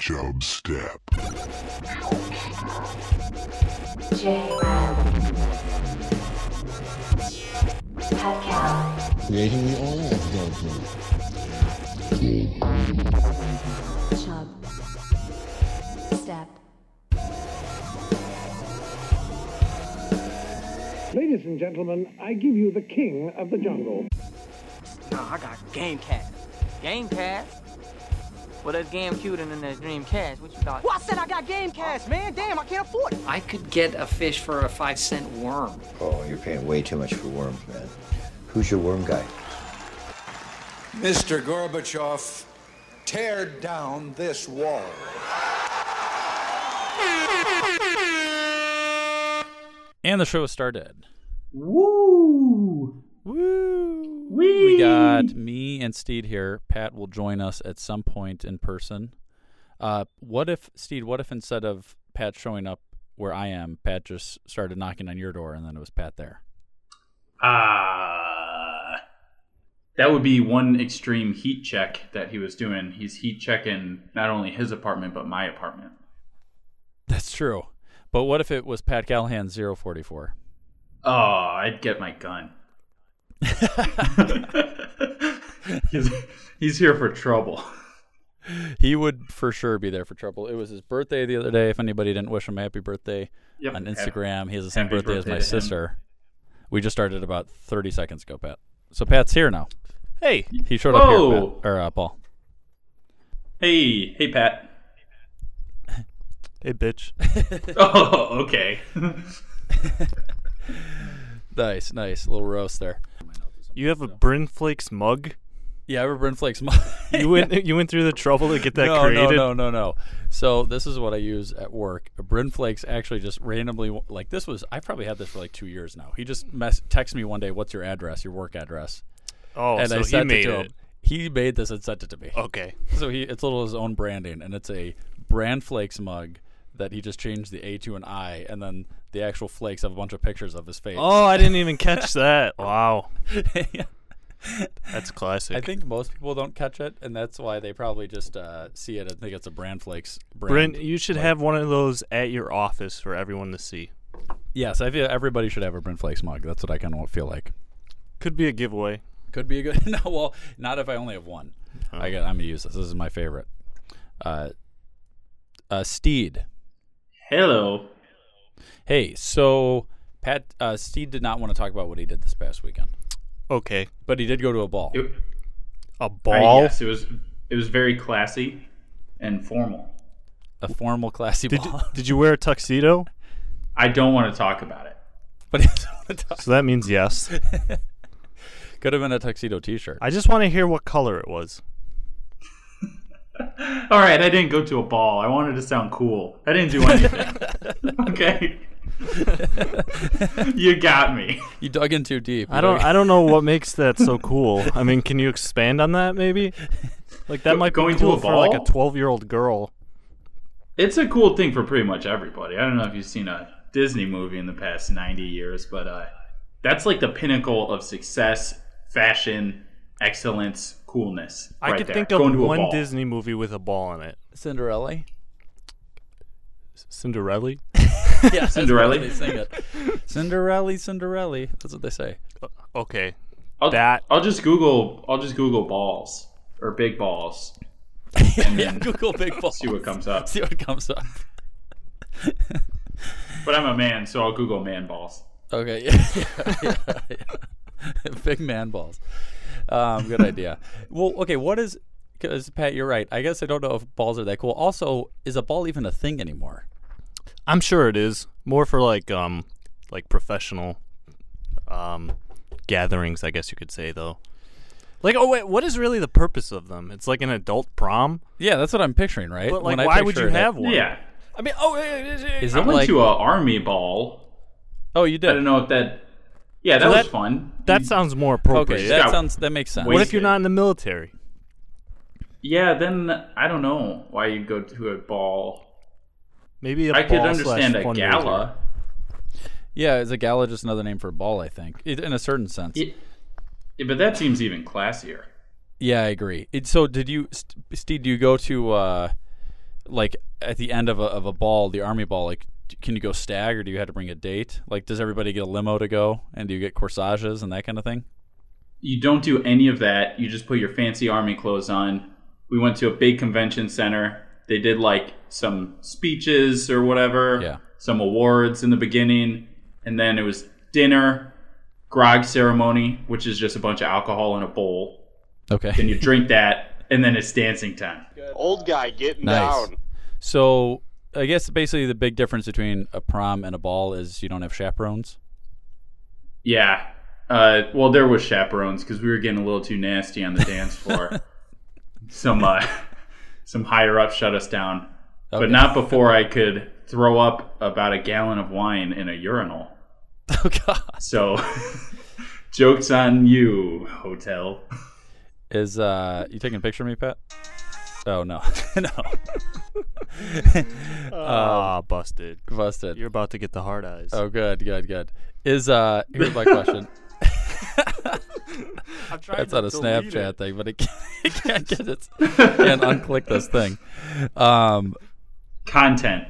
Job Step. J Rob. Pascal. creating the oil of Chub. Step. Ladies and gentlemen, I give you the king of the jungle. No, I got Gamecast. Gamecast? Well, that's GameCube and then there's Dreamcast. What you thought? Well, I said I got Gamecast, man. Damn, I can't afford it. I could get a fish for a five cent worm. Oh, you're paying way too much for worms, man. Who's your worm guy? Mr. Gorbachev, tear down this wall. And the show started. Woo! Woo! Whee! We got me and Steed here. Pat will join us at some point in person. Uh, what if Steed? What if instead of Pat showing up where I am, Pat just started knocking on your door, and then it was Pat there? Ah. Uh, that would be one extreme heat check that he was doing. He's heat checking not only his apartment but my apartment. That's true. But what if it was Pat Callahan 044? Oh, I'd get my gun. he's, he's here for trouble. He would for sure be there for trouble. It was his birthday the other day. If anybody didn't wish him happy birthday Yep. on Instagram, he has the same Happy birthday, as birthday my to him. sister. We just started about 30 seconds ago, Pat. So Pat's here now. Hey, he showed up here, Whoa. Pat, or uh, Paul. Hey, hey, Pat. Hey, bitch. Oh, okay. Nice, nice little roast there. You have a Bryn Flakes mug? Yeah, I have a Bryn Flakes. mug. You went you went through the trouble to get that no, created? No, no, no, no. So this is what I use at work. Bryn Flakes actually just randomly like this was I probably had this for like two years now. He just mess, texted me one day, "What's your address? Your work address?" Oh, and so I he sent made it to it. him. He made this and sent it to me. Okay. So he it's a little his own branding, and it's a Brand Flakes mug that he just changed the A to an I, and then the actual flakes have a bunch of pictures of his face. Oh, I didn't even catch that. Wow. That's classic. I think most people don't catch it, and that's why they probably just uh, see it and think it's a brand flakes brand. Brent, you should have one of those at your office for everyone to see. yes, I feel everybody should have a brand flakes mug. That's what I kind of feel like. Could be a giveaway. Could be a good. No, well, not if I only have one. I got, I'm gonna use this. This is my favorite. Uh, uh, Steed. Hello. Hey, so Pat uh, Steed did not want to talk about what he did this past weekend, Okay. but he did go to a ball. It- A I- ball? yes, it was. It was very classy and formal. A formal, classy Did you, ball. did you wear a tuxedo? I don't want to talk about it. but he doesn't wanna talk- So that means yes. could have been a tuxedo T-shirt. I just want to hear what color it was. All right, I didn't go to a ball. I wanted to sound cool. I didn't do anything. okay. you got me. you dug in too deep. I don't I don't know what makes that so cool. I mean, can you expand on that maybe? Like that Go- might going be to cool a for like a ball? 12-year-old girl. It's a cool thing for pretty much everybody. I don't know if you've seen a Disney movie in the past 90 years, but uh, that's like the pinnacle of success, fashion, excellence, coolness. I right could there. think of Going to a one ball. Disney movie with a ball in it. Cinderella. Cinderella? yeah, Cinderella. They sing it. Cinderella, Cinderella. That's what they say. Okay. I'll, that. I'll just Google. I'll just Google balls or big balls. And yeah, then Google Big Ball. see what comes up. See what comes up. But I'm a man, so I'll Google man balls. Okay. Yeah. yeah, yeah. Big man balls. Um, good idea. well, okay. What is? Because Pat, you're right. I guess I don't know if balls are that cool. Also, is a ball even a thing anymore? I'm sure it is. More for like um like professional um gatherings, I guess you could say though. Like oh wait, what is really the purpose of them? It's like an adult prom? Yeah, that's what I'm picturing. Right. But like When I why would you picture it, have one? Yeah, I mean, oh it- it- it- Is I it went like? to a army ball. oh, you did. I don't know if that. Yeah, that, Well, was that- fun. that sounds more appropriate. Okay, that Yeah. sounds. That makes sense. what if you're not in the military? Yeah, then I don't know why you'd go to a ball. Maybe a I could ball understand slash a fundraiser. gala. Yeah, is a gala just another name for a ball? I think, It- in a certain sense. Yeah, but that seems even classier. Yeah, I agree. It, so, did you, St- Steve? Do you go to uh, like at the end of a of a ball, the army ball? Like, d- can you go stag, or do you have to bring a date? Like, does everybody get a limo to go, and do you get corsages and that kind of thing? You don't do any of that. You just put your fancy army clothes on. We went to a big convention center. They did like some speeches or whatever, yeah. some awards in the beginning, and then it was dinner, grog ceremony, which is just a bunch of alcohol in a bowl. Okay. Then you drink that, and then it's dancing time. Old guy getting Nice. down. So, I guess basically the big difference between a prom and a ball is you don't have chaperones. Yeah. Uh, well, there was chaperones because we were getting a little too nasty on the dance floor. some uh, some higher up shut us down, but Okay. not before I could throw up about a gallon of wine in a urinal. Oh God! So, jokes on you, hotel. Is uh, you taking a picture of me, Pat? Oh no, no. Um, Ah, busted. Busted. You're about to get the hard eyes. Oh, good, good, good. Is uh, here's my question. I'm trying That's to not a delete Snapchat it. thing, but it can't, it can't get it. Can't unclick this thing. Um, Content.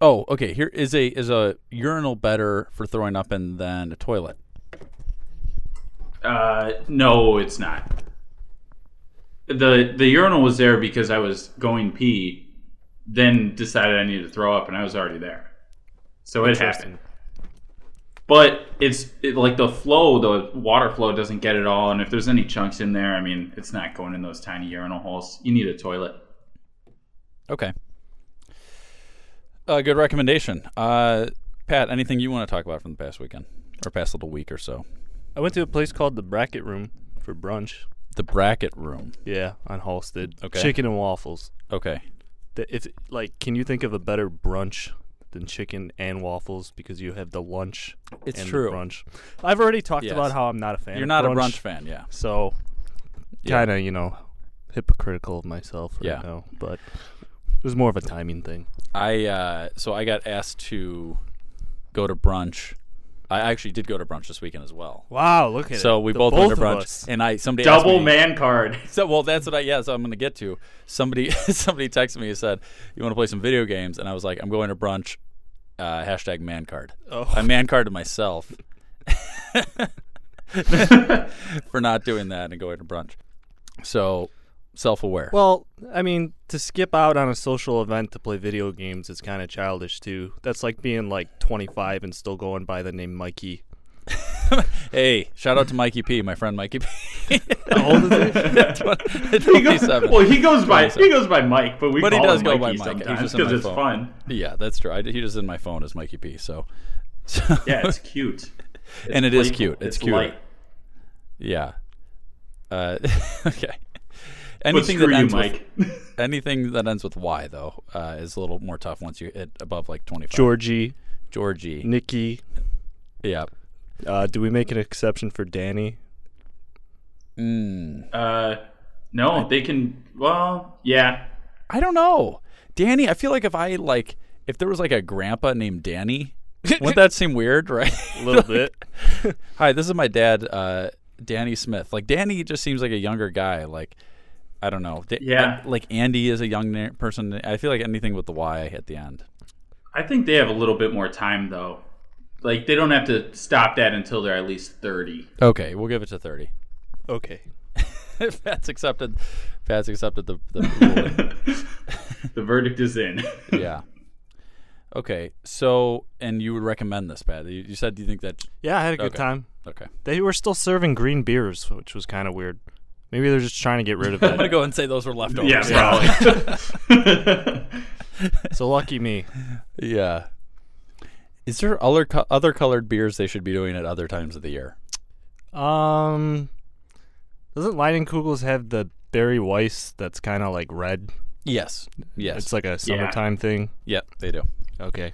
Oh, okay. Here is a is a urinal better for throwing up in than a toilet. Uh, no, it's not. the The urinal was there because I was going pee, then decided I needed to throw up, and I was already there. So it happened. But it's it, like the flow, the water flow doesn't get it all, and if there's any chunks in there, I mean, it's not going in those tiny urinal holes. You need a toilet. Okay. Uh, good recommendation. Uh, Pat, anything you want to talk about from the past weekend or past little week or so? I went to a place called the Bracket Room for brunch. The Bracket Room. Yeah, on Halsted. Okay. Chicken and waffles. Okay. The, if like, can you think of a better brunch than chicken and waffles? Because you have the lunch. It's and true. The brunch. I've already talked Yes. about how I'm not a fan. You're of not a brunch. brunch fan, yeah. So, Yeah. kind of you know, hypocritical of myself right Yeah. now. But it was more of a timing thing. I uh, so I got asked to go to brunch. I actually did go to brunch this weekend as well. Wow, Oh, look at so it. we The both, both went of to brunch, us. and I somebody Double asked me- man card. So well, that's what I yeah. So I'm going to get to somebody. Somebody texted me and said, "You want to play some video games?" And I was like, "I'm going to brunch." Uh, hashtag man card. Oh. I man carded myself for not doing that and going to brunch. So self aware. Well, I mean, to skip out on a social event to play video games is kind of childish too. That's like being like 25 and still going by the name Mikey. Hey, shout out to Mikey P, my friend Mikey P. How old is he? He goes- 27. well, he goes by he 27. goes by Mike, but we but call he does him go Mikey by Mike. He's sometimes just in because my it's phone. fun. Yeah, that's true. I, he just in my phone as Mikey P. So, so- Yeah, it's cute. and it It's is playful. cute. It's, It's cute. light. Yeah. Uh, okay. But Anything screw that you, ends Mike. with anything that ends with Y though uh, is a little more tough once you hit above like twenty five. Georgie, Georgie, Nikki. Yeah. Uh, do we make an exception for Danny? Uh, no, they can. Well, yeah. I don't know, Danny. I feel like if I like if there was like a grandpa named Danny, wouldn't that seem weird, right? A little bit. Hi, this is my dad, uh, Danny Smith. Like Danny just seems like a younger guy. Like I don't know. Da- Yeah. I- like Andy is a young na- person. I feel like anything with the Y at the end. I think they have a little bit more time though. Like they don't have to stop that until they're at least thirty. Okay, we'll give it to thirty. Okay. If Pat's accepted. Pat's accepted the the The verdict is in. ruling. yeah. Okay, so and you would recommend this, Pat? You, you said you think that. Yeah, I had a good Okay. time. Okay. They were still serving green beers, which was kind of weird. Maybe they're just trying to get rid of it. I'm gonna go and say those were leftovers. yeah, probably. So lucky me. Yeah. Is there other co- other colored beers they should be doing at other times of the year? Um, doesn't Leidenkugels have the Barry Weiss that's kind of like red? Yes. Yes. It's like a summertime thing. Yep, they do. Okay.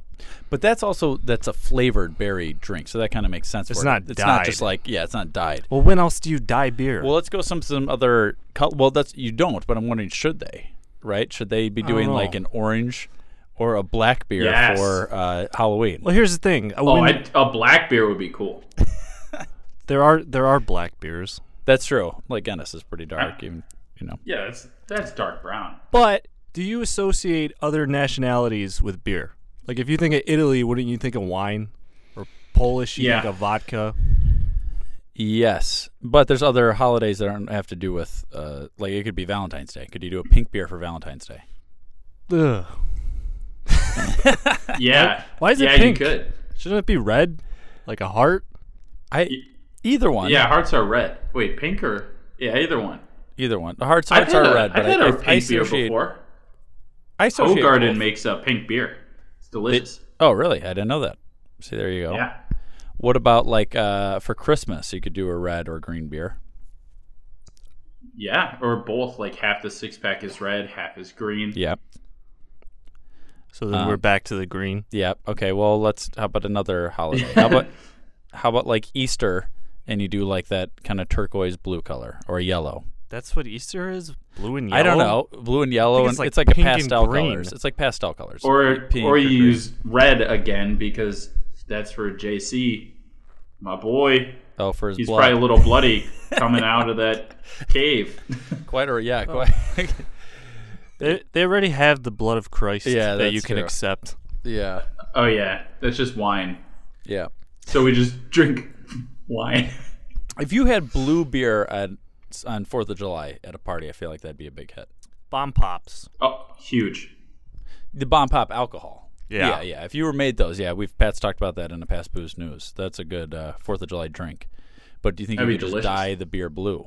But that's also that's a flavored berry drink, so that kind of makes sense. It's for not it. It's not dyed. just like yeah, it's not dyed. Well, when else do you dye beer? Well, let's go some some other. Col- well, that's you don't, but I'm wondering should they? Right? Should they be I don't doing know. like an orange or a black beer Yes. for uh, Halloween? Well, here's the thing. oh, I, a black beer would be cool. there are there are black beers. That's true. Like Ennis is pretty dark, Ah. even you know. Yeah, that's that's dark brown. But do you associate other nationalities with beer? Like if you think of Italy, wouldn't you think of wine? Or Polish, you Yeah. think of vodka. Yes, but there's other holidays that don't have to do with uh, like it could be Valentine's Day. Could you do a pink beer for Valentine's Day? Ugh. Yeah. Why is Yeah, it you pink? could. Shouldn't it be red, like a heart? I either one. Yeah, hearts are red. Wait, pink or yeah, either one. Either one. The hearts, I've hearts had are a- red. I've but had I- a I- pink I beer associate- before. I associate Hogarden both. makes a pink beer. It's delicious. Oh, really? I didn't know that. See, there you go. Yeah. What about like uh, for Christmas? You could do a red or green beer. yeah, or both. Like half the six pack is red, half is green. Yep. So then we're back to the green. Yep. Okay. Well, let's. How about another holiday? How about how about like Easter, and you do like that kind of turquoise blue color or yellow. That's what Easter is? Blue and yellow? I don't know. Blue and I yellow, think and it's like a pink and pastel green. colors. It's like pastel colors. Or Pink or you green. use red again because that's for JC, my boy. oh for his He's blood. probably a little bloody coming out of that cave. quite or yeah quite. They, they already have the blood of Christ Yeah, that you that's can true. accept. yeah. Oh yeah, that's just wine. Yeah. So we just drink wine. If you had blue beer at on Fourth of July at a party, I feel like that'd be a big hit. Bomb pops. Oh, huge. The bomb pop alcohol. Yeah. yeah, yeah. If you were made those, yeah, we've Pat's talked about that in the past booze news. That's a good uh, Fourth of July drink. But do you think That'd you be could just delicious. dye the beer blue?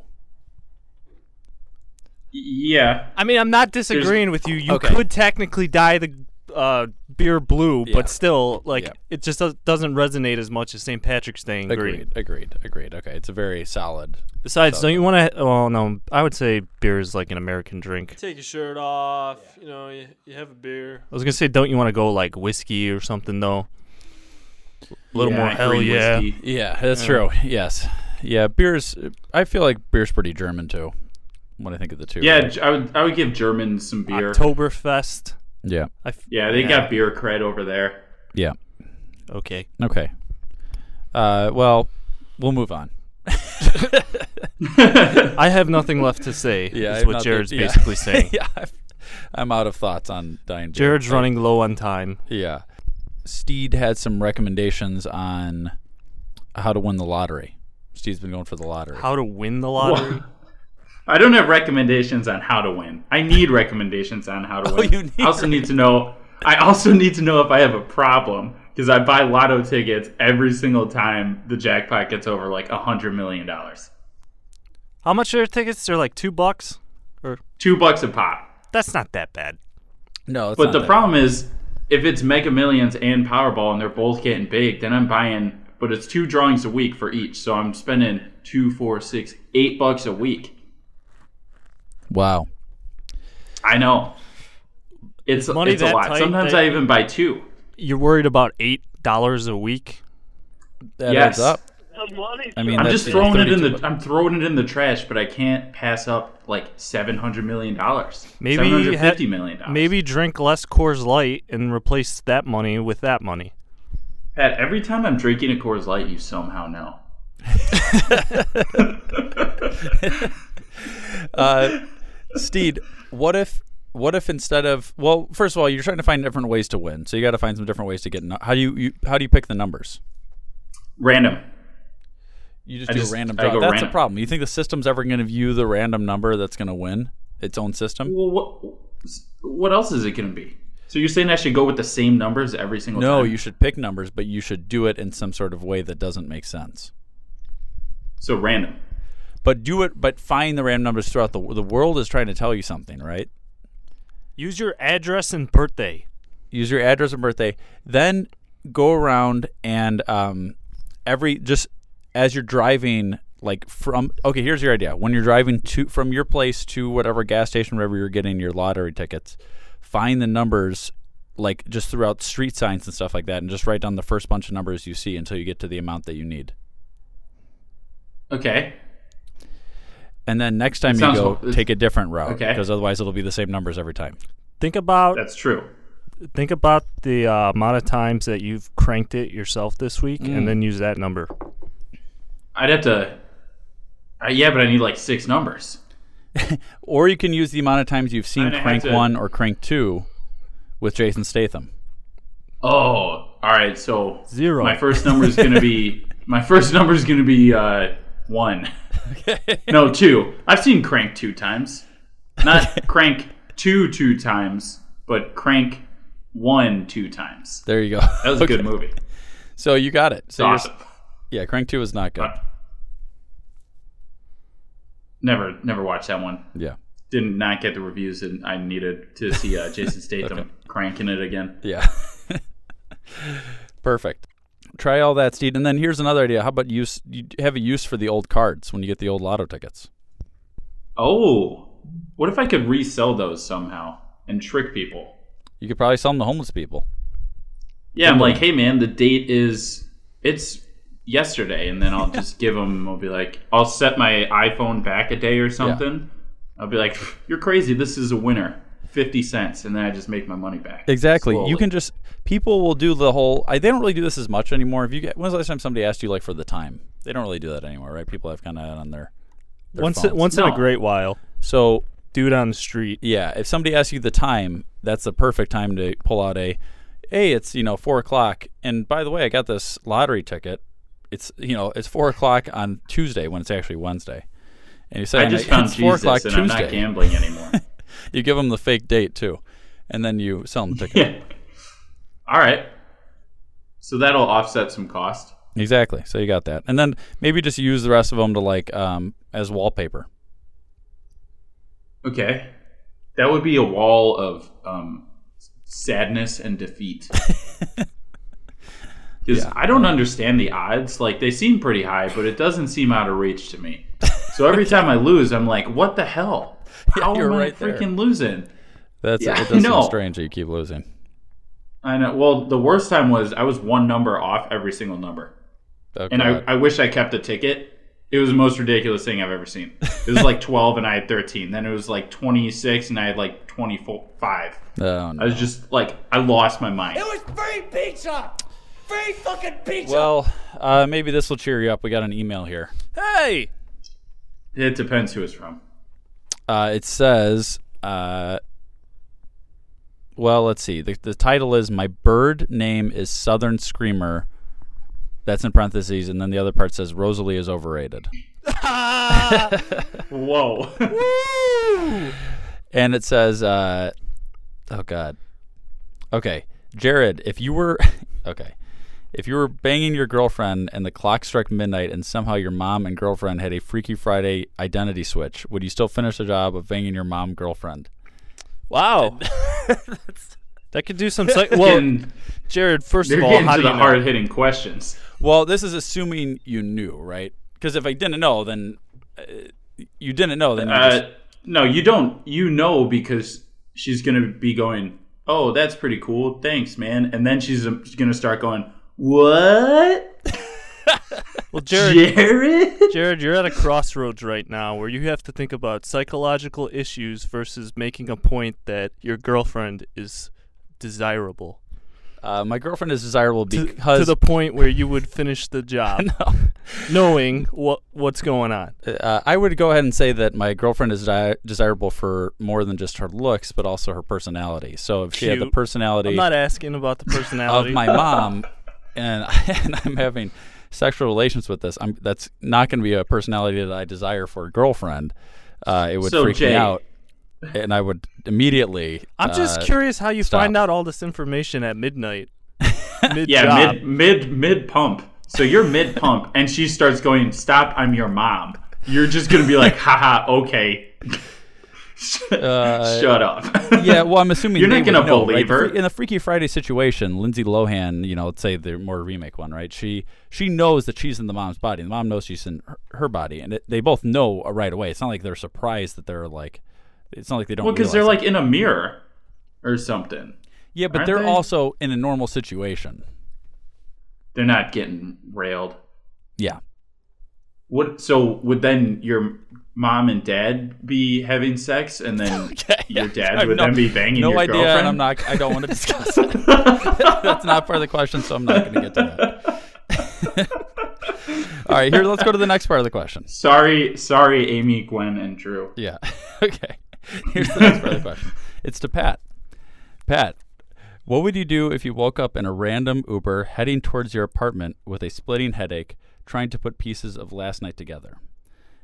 Yeah. I mean, I'm not disagreeing with you. You Okay. could technically dye the uh, beer blue, Yeah. but still, like, Yeah. it just does- doesn't resonate as much as St. Patrick's Day in green. Agreed, agreed, agreed. Okay, it's a very solid. Besides, don't you want to? Oh no, I would say beer is like an American drink. Take your shirt off. You know, you, you have a beer. I was gonna say, don't you want to go like whiskey or something though? A little Yeah, more hell green yeah. whiskey. Yeah, that's Yeah. true. Yes, yeah. Beer's. I feel like beer's pretty German too. When I think of the two. Yeah, right? G- I would I would give Germans some beer. Oktoberfest. yeah, I f- Yeah, they got beer cred over there. yeah. Okay. Okay. Uh, well, we'll move on. I have nothing left to say. Yeah, is I'm what not- Jared's yeah. basically saying. yeah, I've- I'm out of thoughts on dying. beer. Jared's running low on time. Yeah. Steed had some recommendations on how to win the lottery. Steed's been going for the lottery. How to win the lottery? I don't have recommendations on how to win. I need recommendations on how to win. you need I also need to know. I also need to know if I have a problem because I buy lotto tickets every single time the jackpot gets over like a hundred million dollars. How much are their tickets? They're like two bucks. Or Two bucks a pop. that's not that bad. no, it's But not the that. problem is, if it's Mega Millions and Powerball and they're both getting big, then I'm buying. But it's two drawings a week for each, so I'm spending two, four, six, eight bucks a week. Wow. I know. It's money it's a that lot. tight Sometimes that I even buy two. You're worried about eight dollars a week. That Yes. adds up. I mean, I'm that's, just you know, throwing it in 32 the I'm throwing it in the trash, but I can't pass up like seven hundred million dollars. Maybe seven hundred fifty ha- million dollars. Maybe drink less Coors Light and replace that money with that money. Pat, every time I'm drinking a Coors Light, you somehow know. Uh, Steed, what if what if instead of well, first of all, you're trying to find different ways to win, so you got to find some different ways to get. nu- how do you, you how do you pick the numbers? Random. You just I do just- a random I draw. go That's random. the problem. You think the system's ever going to view the random number that's going to win its own system? Well, what what else is it going to be? So you're saying I should go with the same numbers every single no, time? you should pick numbers, but you should do it in some sort of way that doesn't make sense. So random. But do it. But find the random numbers throughout the the world is trying to tell you something, right? Use your address and birthday. Use your address and birthday. Then go around and um, every just as you're driving, like from okay, here's your idea. When you're driving to from your place to whatever gas station, wherever you're getting your lottery tickets, find the numbers like just throughout street signs and stuff like that, and just write down the first bunch of numbers you see until you get to the amount that you need. Okay. And then next time you sounds- go, it's- take a different route okay. because otherwise it'll be the same numbers every time. Think about That's true. think about the uh, amount of times that you've Mm. cranked it yourself this week, and then use that number. I'd have to Uh, yeah, but I need like six numbers. Or you can use the amount of times you've seen I'd have Crank to- 1 or Crank 2 with Jason Statham. Oh, all right. So Zero. My first number is gonna be my first number is gonna be uh, one. No, two. I've seen Crank two times, not Crank two two times, but Crank one two times. There you go. That was a good Okay. movie. So you got it. So you're s- Awesome. Yeah, Crank 2 is not good. Never, never watched that one. Yeah. Did not get the reviews, and I needed to see uh, Jason Statham cranking it again. Yeah. Perfect. Try all that, Steed. And then here's another idea. How about use? You have a use for the old cards when you get the old lotto tickets. Oh, what if I could resell those somehow and trick people? You could probably sell them to homeless people. Yeah, I'm like, hey man, the date is it's yesterday, and then I'll just give them. I'll be like, I'll set my iPhone back a day or something. I'll be like, you're crazy. This is a winner, fifty cents, and then I just make my money back. Exactly. Slowly. You can just people will do the whole. I, they don't really do this as much anymore. If you get, when's the last time somebody asked you like for the time? They don't really do that anymore, right? People have kind of on their, their Once phones. once in a great while. So dude on the street. Yeah, if somebody asks you the time, that's the perfect time to pull out a, hey, it's you know four o'clock, and by the way, I got this lottery ticket. It's you know it's four o'clock on Tuesday when it's actually Wednesday, and you say I I'm just like, found it's four Jesus o'clock and Tuesday. I'm not gambling anymore. you give them the fake date too, and then you sell them the ticket. Yeah. All right. So that'll offset some cost. Exactly. So you got that, and then maybe just use the rest of them to like um, as wallpaper. Okay. That would be a wall of um, sadness and defeat. Because I don't understand the odds. Like, they seem pretty high, but it doesn't seem out of reach to me. So every time I lose, I'm like, what the hell? How you're am I right there. freaking losing? That's Yeah, it. Does I know. seem strange that you keep losing. I know. Well, the worst time was I was one number off every single number. Oh, and I, God. I wish I kept a ticket. It was the most ridiculous thing I've ever seen. It was like 12 and I had 13. Then it was like 26 and I had like 25. Oh, no. I was just like, I lost my mind. was free pizza! Free fucking pizza! Well, uh, maybe this will cheer you up. We got an email here. Hey! It depends who it's from. Uh, it says, uh, well, let's see. The, the title is My Bird Name is Southern Screamer. That's in parentheses. And then the other part says Rosalie is overrated. Whoa. And it says, uh, oh God. Okay, Jared, if you were, okay, if you were banging your girlfriend and the clock struck midnight and somehow your mom and girlfriend had a Freaky Friday identity switch, would you still finish the job of banging your mom girlfriend? Wow. that could do some. Psych- well, Getting- Jared, first They're of all, getting how to do you the know? hard hitting questions. Well, this is assuming you knew, right? Because if I didn't know, then uh, you didn't know. Then you just, Uh, no, you don't. You know because she's going to be going, oh, that's pretty cool. Thanks, man. And then she's going to start going, what? Well, Jared, Jared? Jared, you're at a crossroads right now where you have to think about psychological issues versus making a point that your girlfriend is desirable uh, my girlfriend is desirable to, because to the point where you would finish the job knowing what what's going on. uh, I would go ahead and say that my girlfriend is di- desirable for more than just her looks, but also her personality. So if she had the Cute. personality I'm not asking about the of personality. my mom, and, and I'm having sexual relations with this, I'm, that's not going to be a personality that I desire for a girlfriend. Uh, it would So, freak me Jay- out, and I would immediately. I'm just uh, curious how you stop. find out all this information at midnight. Mid Yeah, job. mid mid mid pump. So you're mid pump, and she starts going, "Stop! I'm your mom." You're just gonna be like, "Haha, okay." Shut up. Uh, yeah, well, I'm assuming You're they not gonna would know, believe right? her. In the Freaky Friday situation, Lindsay Lohan, you know, let's say the more remake one, right? She she knows that she's in the mom's body. The mom knows she's in her, her body, and it, they both know uh, right away. It's not like they're surprised that they're like. It's not like they don't. well, because they're realize like in a mirror or something. it. yeah, but aren't they're they? also in a normal situation. They're not getting railed. Yeah, What? So would then your mom and dad be having sex, and then your I dad have would no- then be banging no your idea, girlfriend? and I'm not. I don't want to discuss it. That's not part of the question, so I'm not going to get to that. All right, here, let's go to the next part of the question. Sorry, sorry, Amy, Gwen, and Drew. Yeah. okay. Here's the next part of the question. It's to Pat. Pat, what would you do if you woke up in a random Uber heading towards your apartment with a splitting headache, trying to put pieces of last night together?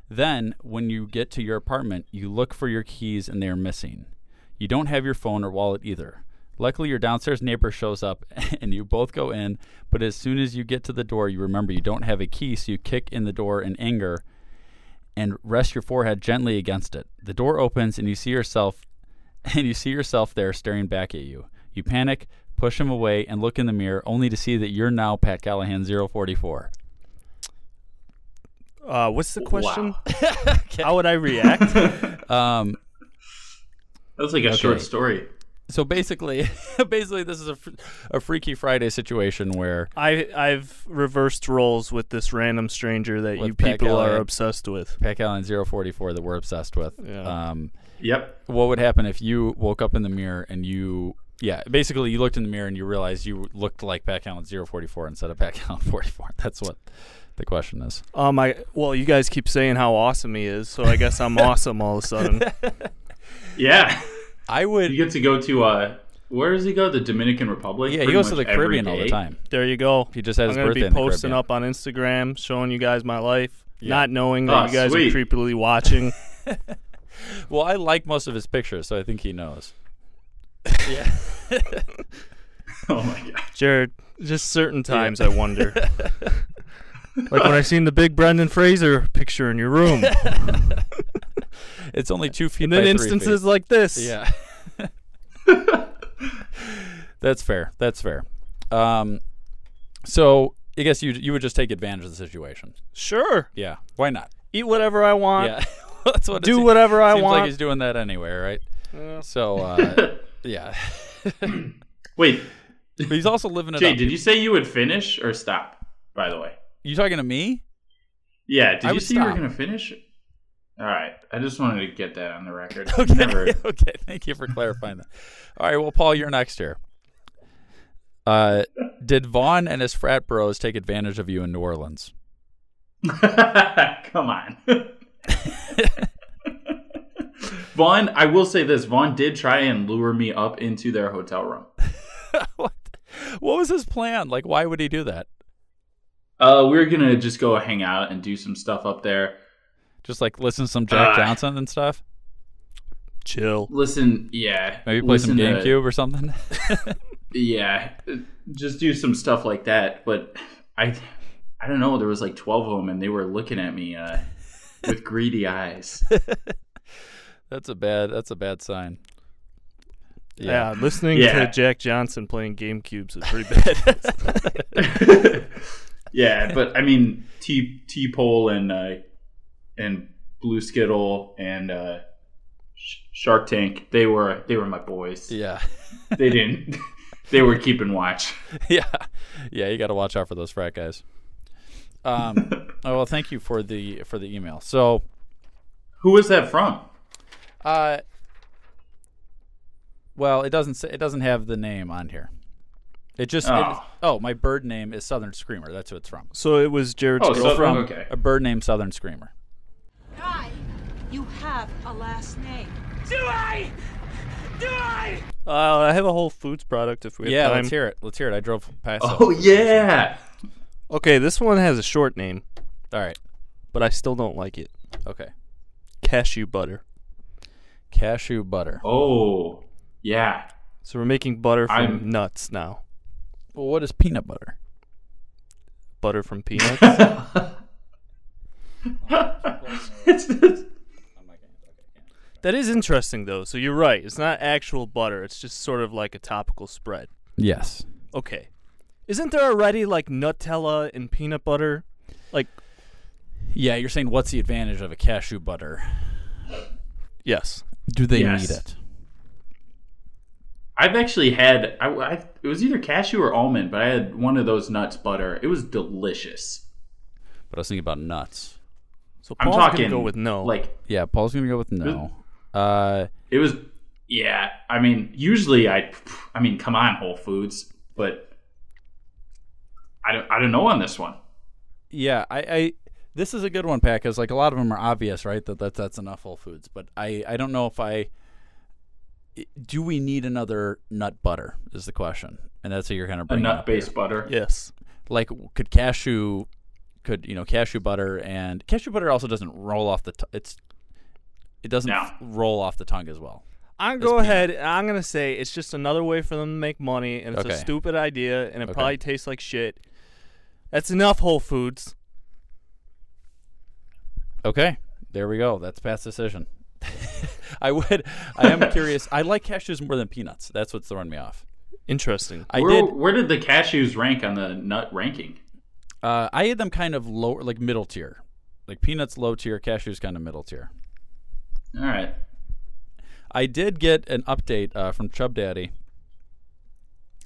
Then, when you get to your apartment, you look for your keys and they are missing. You don't have your phone or wallet either. Luckily, your downstairs neighbor shows up and you both go in, but as soon as you get to the door, you remember you don't have a key, so you kick in the door in anger and rest your forehead gently against it. The door opens and you see yourself and you see yourself there staring back at you. You panic, push him away, and look in the mirror only to see that you're now Pat Callahan 044. Uh, what's the question? How would I react? um, That was like a Okay. short story. so basically, basically this is a, fr- a Freaky Friday situation where I I've reversed roles with this random stranger that you with Pat people are Callahan- obsessed with. Pat Callahan 044 that we're obsessed with. Um, Yep. What would happen if you woke up in the mirror and you, yeah, basically you looked in the mirror and you realized you looked like Pat Callahan 044 instead of Pat Callahan 44. That's what the question is. Um, I well, you guys keep saying how awesome he is, so I guess I'm awesome all of a sudden. Yeah. I would. You get to go to uh, where does he go? The Dominican Republic. Yeah, he Pretty goes to much the every Caribbean all the day. time. There you go. He just had his I'm gonna birthday be in the posting Caribbean. up on Instagram, showing you guys my life, not knowing that Oh, you guys sweet. are creepily watching. Well, I like most of his pictures, so I think he knows. yeah. oh my god, Jared. Just certain times, I wonder. like when I seen the big Brendan Fraser picture in your room. It's only two feet. And then by three instances feet. like this. Yeah. That's fair. That's fair. Um, so I guess you you would just take advantage of the situation. Sure. Yeah. Why not? Eat whatever I want. Yeah. That's what. it Uh, Do seem- whatever I seems want. Like he's doing that anyway, right? Yeah. So uh, yeah. Wait. But he's also living it Jay, up. did you say you would finish or stop? By the way. You talking to me? Yeah. Did I you would say you were stop. gonna finish? All right. I just wanted to get that on the record. okay. Never. okay. Thank you for clarifying that. All right. Well, Paul, you're next here. Uh, did Vaughn and his frat bros take advantage of you in New Orleans? Come on. Vaughn, I will say this. Vaughn did try and lure me up into their hotel room. What was his plan? Like, why would he do that? Uh, we were gonna just go hang out and do some stuff up there. Just like listen to some Jack Ah. Johnson and stuff. Chill. Listen, yeah. Maybe play some listen to- GameCube or something. yeah, just do some stuff like that. But I, I don't know. There was like twelve of them, and they were looking at me uh, with greedy eyes. that's a bad. That's a bad sign. Yeah, Uh, listening Yeah. to Jack Johnson playing GameCubes is pretty bad. Yeah, but I mean, T T pole and uh, and Blue Skittle and uh, Sh- Shark Tank. They were they were my boys. Yeah, they didn't. They were keeping watch. yeah, yeah. You got to watch out for those frat guys. Um, oh, well, thank you for the for the email. So, who was that from? Uh, well, it doesn't say, it doesn't have the name on here. It just it- oh. Oh. my bird name is Southern Screamer. That's who it's from. so it was Jared's It's girlfriend. from a bird named Southern Screamer. You have a last name. Do I? Do I? Uh, I have a Whole Foods product if we have yeah, time. let's hear it. Let's hear it. I drove past. it. Oh yeah. Okay, this one has a short name. All right. But I still don't like it. Okay. Cashew butter. Cashew butter. Oh yeah. So we're making butter from I'm- nuts now. Well, what is peanut butter? Butter from peanuts. that is interesting though. So you're right. It's not actual butter. It's just sort of like a topical spread. Yes. Okay. Isn't there already like Nutella and peanut butter? Like Yeah, you're saying what's the advantage of a cashew butter? Yes. Do they Yes. need it? I've actually had I, I- it was either cashew or almond, but I had one of those nuts butter. It was delicious. But I was thinking about nuts. So I'm Paul's gonna talking go with no. Like Yeah, Paul's gonna go with no. Uh, it was yeah, I mean, usually I I mean, come on Whole Foods, but I don't I don't know on this one. yeah, I, I this is a good one, Pat, because like a lot of them are obvious, right? That, that that's enough whole foods, but I I don't know if I do we need another nut butter is the question, and that's what you're kind of A bringing up nut-based here. butter? Yes, like could cashew could you know cashew butter and cashew butter also doesn't roll off the t- it's it doesn't No. f- roll off the tongue as well. I'm go ahead. and I'm gonna say it's just another way for them to make money, and it's Okay. a stupid idea, and it Okay. probably tastes like shit. That's enough Whole Foods. Okay, there we go. That's Pat's decision. I would. I am curious. I like cashews more than peanuts. That's what's throwing me off. Interesting. I where, did. Where did the cashews rank on the nut ranking? Uh, I had them kind of lower, like middle tier, like peanuts low tier, cashews kind of middle tier. All right. I did get an update uh, from Chub Daddy.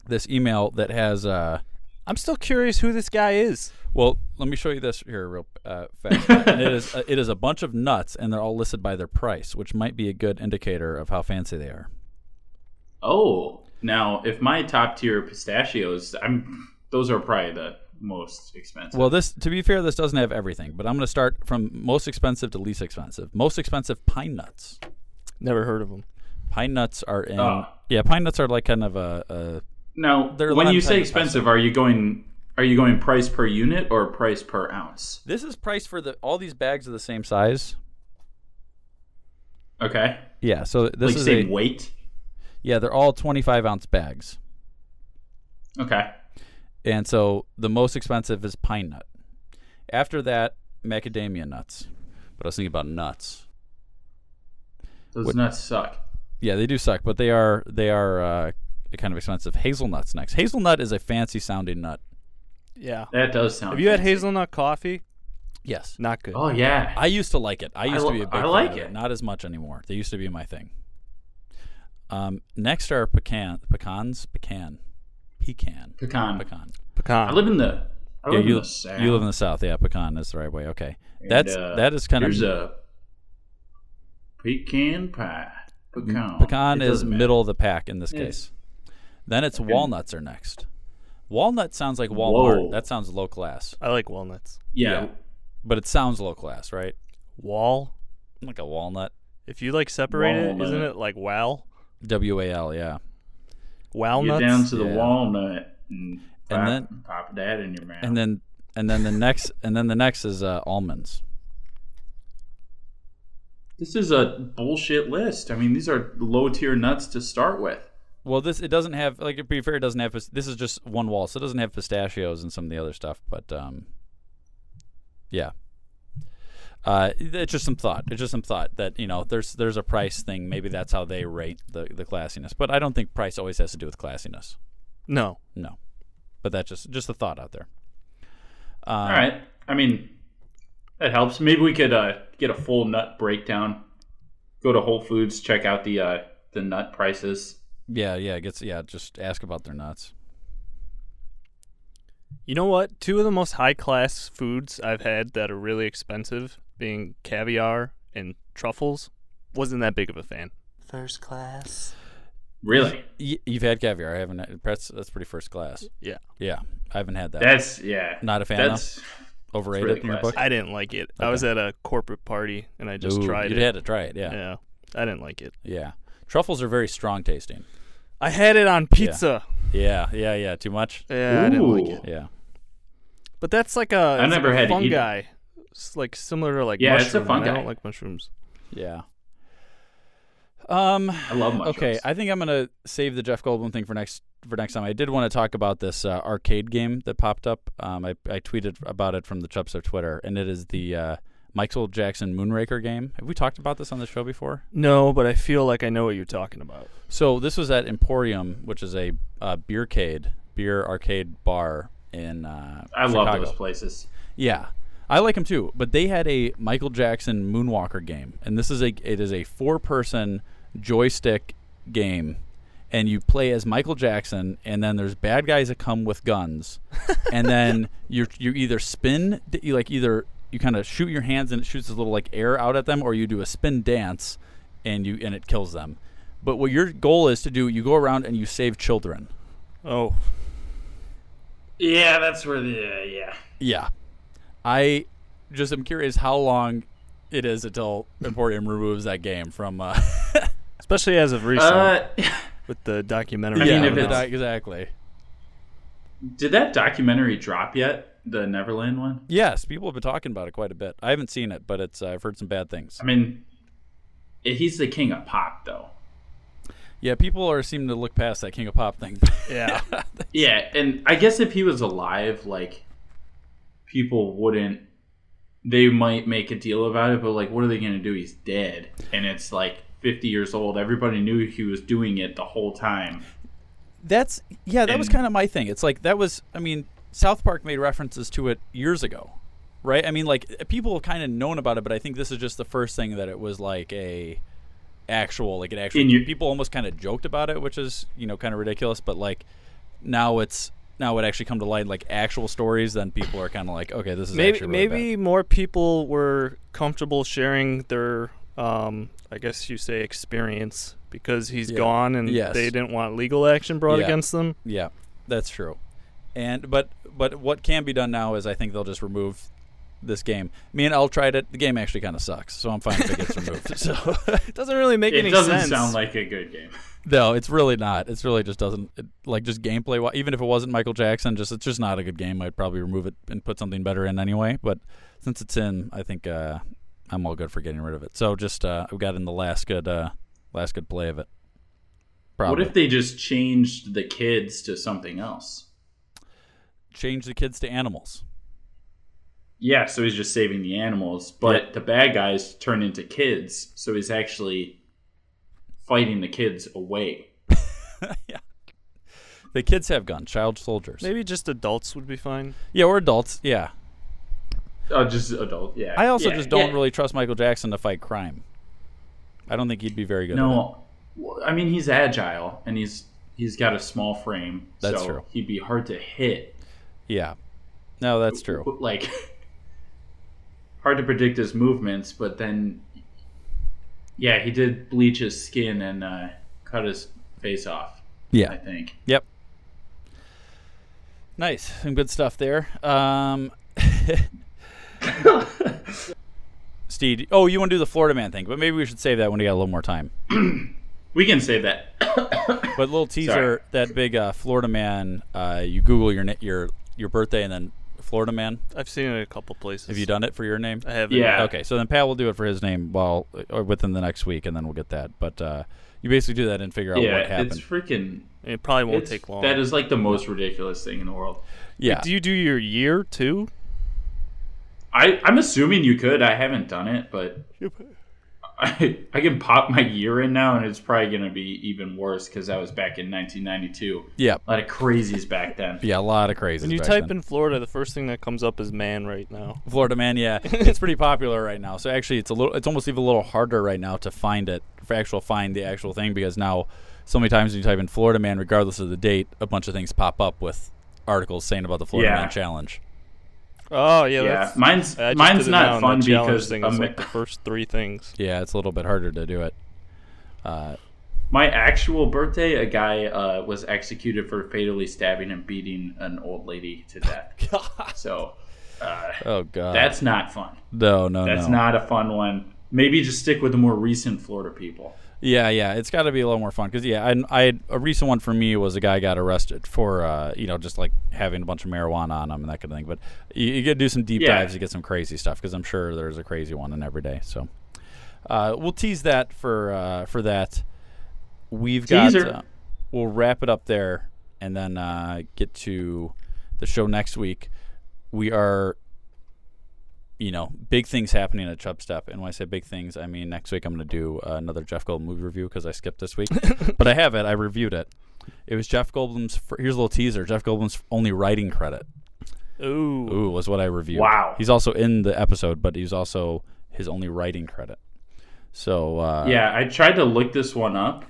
This email that has. Uh, I'm still curious who this guy is. Well, let me show you this here real uh, fast. and it is it is a bunch of nuts, and they're all listed by their price, which might be a good indicator of how fancy they are. Oh, now if my top tier pistachios, I'm those are probably the most expensive. Well, this to be fair, this doesn't have everything, but I'm going to start from most expensive to least expensive. Most expensive pine nuts. Never heard of them. Pine nuts are in. Oh. Yeah, pine nuts are like kind of a. a now, they're when lime you type say of expensive, are you going are you going price per unit or price per ounce? This is priced for the all these bags are the same size. Okay. Yeah, so this like is same a- weight. Yeah, they're all 25 ounce bags, Okay. and so the most expensive is pine nut. After that, macadamia nuts. But I was thinking about nuts. Those What- nuts suck. Yeah, they do suck, but they are they are uh, kind of expensive. Hazelnuts next. Hazelnut is a fancy sounding nut. Yeah, That does sound Have you had fancy. hazelnut coffee? Yes. Not good. Oh, yeah. I used to like it. I I used li- to be a big I fan like of it. Not as much anymore. They used to be my thing. Um, next are pecan pecans pecan pecan Pecan. pecan pecan. I live in the I yeah, live you, in the south. you live in the south. Yeah, pecan is the right way. Okay, And, that's uh, that is kind here's of a pecan pie. Pecan. oh, It Mm-hmm. is doesn't matter. middle of the pack in this Yeah. case. Then it's Fucking- walnuts are next. Walnut sounds like Walmart. Whoa. That sounds low class. I like walnuts. Yeah. but it sounds low class, right? Wall, like a walnut. If you like separate it, isn't Walnut. it like wow? W a l, yeah. Walnuts. Get down to the Yeah. walnut and, And pop, then- pop that in your mouth. And then and then the next and then the next is uh, almonds. this is a bullshit list. I mean, these are low tier nuts to start with. Well, this it doesn't have like to be fair, it doesn't have pis- this is just one wall, so it doesn't have pistachios and some of the other stuff. But um, yeah, uh, it's just some thought. It's just some thought that you know there's there's a price thing. Maybe that's how they rate the the classiness. But I don't think price always has to do with classiness. No. No, but that's just just a thought out there. Um, All right. I mean, that helps. Maybe we could uh, get a full nut breakdown. Go to Whole Foods, check out the uh, the nut prices. Yeah, yeah, it gets yeah. Just ask about their nuts. You know what? Two of the most high class foods I've had that are really expensive, being caviar and truffles, wasn't that big of a fan. First class. Really? Y- you've had caviar. I haven't. had- That's that's pretty first class. Yeah. Yeah, I haven't had that. That's yeah. Not a fan. That's though? overrated really in your book. I didn't like it. I Okay. was at a corporate party and I just Ooh, tried you'd it. had to try it, yeah. Yeah. I didn't like it. Yeah, truffles are very strong tasting. I had it on pizza. Yeah, yeah, yeah. yeah. Too much. Yeah, I didn't like it. Yeah. But that's like a I it's never like had a to eat it. fungi. It's like similar to like Yeah, it's a mushroom. and I fungi. don't like mushrooms. Yeah. Um. I love mushrooms. Okay, I think I'm gonna save the Jeff Goldblum thing for next for next time. I did want to talk about this uh, arcade game that popped up. Um, I, I tweeted about it from the Chubster Twitter, and it is the uh, Michael Jackson Moonraker game. Have we talked about this on the show before? No, but I feel like I know what you're talking about. So this was at Emporium, which is a uh, beercade, beer arcade bar in. Uh, I love Chicago. those places. Yeah, I like them too. But they had a Michael Jackson Moonwalker game, and this is a it is a four person joystick game, and you play as Michael Jackson, and then there's bad guys that come with guns, and then you you either spin you like either you kind of shoot your hands and it shoots a little like air out at them, or you do a spin dance, and you and it kills them. But what your goal is to do, you go around and you save children. Oh. Yeah, that's where the uh, yeah. Yeah. I just am curious how long it is until Emporium removes that game from. Uh, Especially as of recent, Uh, with the documentary. I mean, out if now. it's- exactly. Did that documentary drop yet? The Neverland one? Yes, people have been talking about it quite a bit. I haven't seen it, but it's uh, I've heard some bad things. I mean, eh, he's the king of pop, though. yeah, people are seeming to look past that King of Pop thing. Yeah. Yeah, and I guess if he was alive, like, people wouldn't. They might make a deal about it, but, like, what are they going to do? He's dead. And it's, like, 50 years old. Everybody knew he was doing it the whole time. That's yeah, that was And- kind of my thing. It's like that was I mean, South Park made references to it years ago. Right? I mean like uh, people have kind of known about it, but I think this is just the first thing that it was like a actual like an actual In your- people almost kind of joked about it, which is, you know, kind of ridiculous, but like now it's now it actually come to light like actual stories then people are kind of like, okay, this is maybe actually really maybe more people were comfortable sharing their um I guess you say experience because he's Yeah. gone and Yes. they didn't want legal action brought Yeah. against them. Yeah, that's true. And but but what can be done now is I think they'll just remove this game. Me and Al tried it. The game actually kind of sucks, so I'm fine if it gets removed. So It doesn't really make it any doesn't sense. sound like a good game. no, it's really not. It's really just doesn't it, like just gameplay. wi- Even if it wasn't Michael Jackson, just it's just not a good game. I'd probably remove it and put something better in anyway. But since it's in, I think uh, I'm all good for getting rid of it. So just uh, I've got in the last good uh, last good play of it. Probably What if they just changed the kids to something else? change the kids to animals? Yeah, so he's just saving the animals, but the bad guys turn into kids, so he's actually fighting the kids away. The kids have guns. Child soldiers. Maybe just adults would be fine. Yeah, or adults. Yeah. Oh, just adult. Yeah. I also Yeah, just don't yeah. really trust Michael Jackson to fight crime. I don't think he'd be very good. at No, Well, I mean he's agile and he's he's got a small frame, That's so true. he'd be hard to hit. it. Yeah. No, that's true. Like hard to predict his movements, but then yeah, he did bleach his skin and uh, cut his face off. Yeah. I think. Yep. Nice. Some good stuff there. Um, Steed. Oh, you want to do the Florida man thing, but maybe we should save that when we got a little more time. We can save that. But little teaser, Sorry. that big uh, Florida man. Uh, you Google your na- your your birthday and then Florida man. I've seen it a couple places. Have you done it for your name? I haven't. Yeah. Okay, so then Pat will do it for his name while uh, or within the next week, and then we'll get that. But uh, you basically do that and figure out what Yeah, it's happened. freaking. It probably won't it's- take long. That is like the most ridiculous thing in the world. Yeah, Do you do your year too? I I'm assuming you could. I haven't done it, but I I can pop my year in now, and it's probably gonna be even worse because I was back in 1992. Yeah. a lot of crazies back then. yeah, a lot of crazy. When you type in Florida, the first thing that comes up is man right now. Florida man, yeah, it's pretty popular right now. So actually, it's a little, it's almost even a little harder right now to find it for actual find the actual thing because now so many times when you type in Florida man, regardless of the date, a bunch of things pop up with articles saying about the Florida Yeah. man challenge. Oh yeah, Yeah, that's, mine's- I just mine's did it not now, and fun that challenge because thing is I'm- like the first three things. Yeah, it's a little bit harder to do it. Uh, My actual birthday, a guy uh, was executed for fatally stabbing and beating an old lady to death. So uh, oh god, that's not fun. no, no, That's no. not a fun one. Maybe just stick with the more recent Florida people. Yeah, yeah, it's got to be a little more fun because yeah, I, I a recent one for me was a guy got arrested for uh, you know just like having a bunch of marijuana on him and that kind of thing. But you, you got to do some deep Yeah. dives to get some crazy stuff because I'm sure there's a crazy one in every day. So uh, we'll tease that for uh, for that. We've Teaser. got uh, we'll wrap it up there and then uh, get to the show next week. We are you know, big things happening at Chubb Step. And when I say big things, I mean next week I'm going to do uh, another Jeff Goldblum movie review because I skipped this week, but I have it. I reviewed it. It was Jeff Goldblum's. Fir- Here's a little teaser: Jeff Goldblum's only writing credit. Ooh. Ooh, was what I reviewed. Wow. He's also in the episode, but he's also his only writing credit. So uh, Yeah, I tried to look this one up.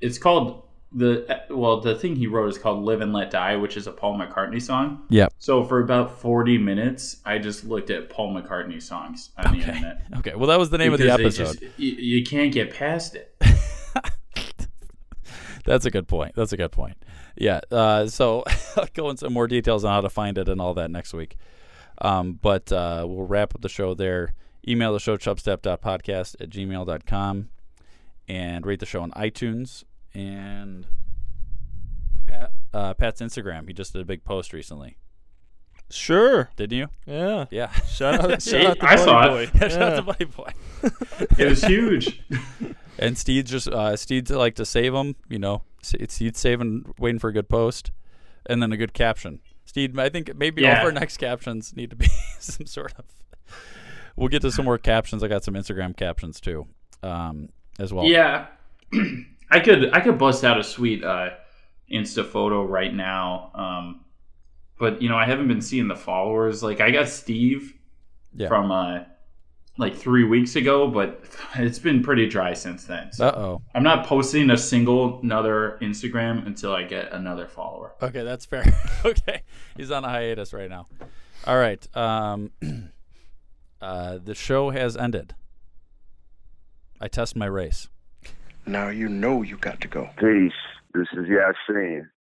It's called the well, the thing he wrote is called "Live and Let Die," which is a Paul McCartney song. Yep. So for about forty minutes, I just looked at Paul McCartney songs on the internet. Okay. Well, that was the name Because of the they just- episode. you, you can't get past it. That's a good point. That's a good point. Yeah. Uh, so I'll go into more details on how to find it and all that next week. Um, but uh, we'll wrap up the show there. Email the show, chubstep.podcast at gmail.com, and rate the show on iTunes. And Pat, uh, Pat's Instagram, he just did a big post recently. Sure. Didn't you? Yeah. Yeah. Shout out- shout out to I saw Buddy it. Boy. Yeah, shout out to Yeah. Buddy Boy. It was huge. and Steve's just uh, Steve's like to save him, you know. S- it's Steve's saving, waiting for a good post, and then a good caption. Steve, I think maybe all Yeah. of our next captions need to be some sort of. We'll get to some more captions. I got some Instagram captions too, um, as well. Yeah, I could I could bust out a sweet uh, Insta photo right now, um, but you know I haven't been seeing the followers. Like I got Steve Yeah. from uh, like three weeks ago, but it's been pretty dry since then. So Uh oh. I'm not posting a single another Instagram until I get another follower. Okay, that's fair. okay, he's on a hiatus right now. All right. Um, uh, the show has ended. I test my race. Now you know you got to go. Peace. This is Yasin.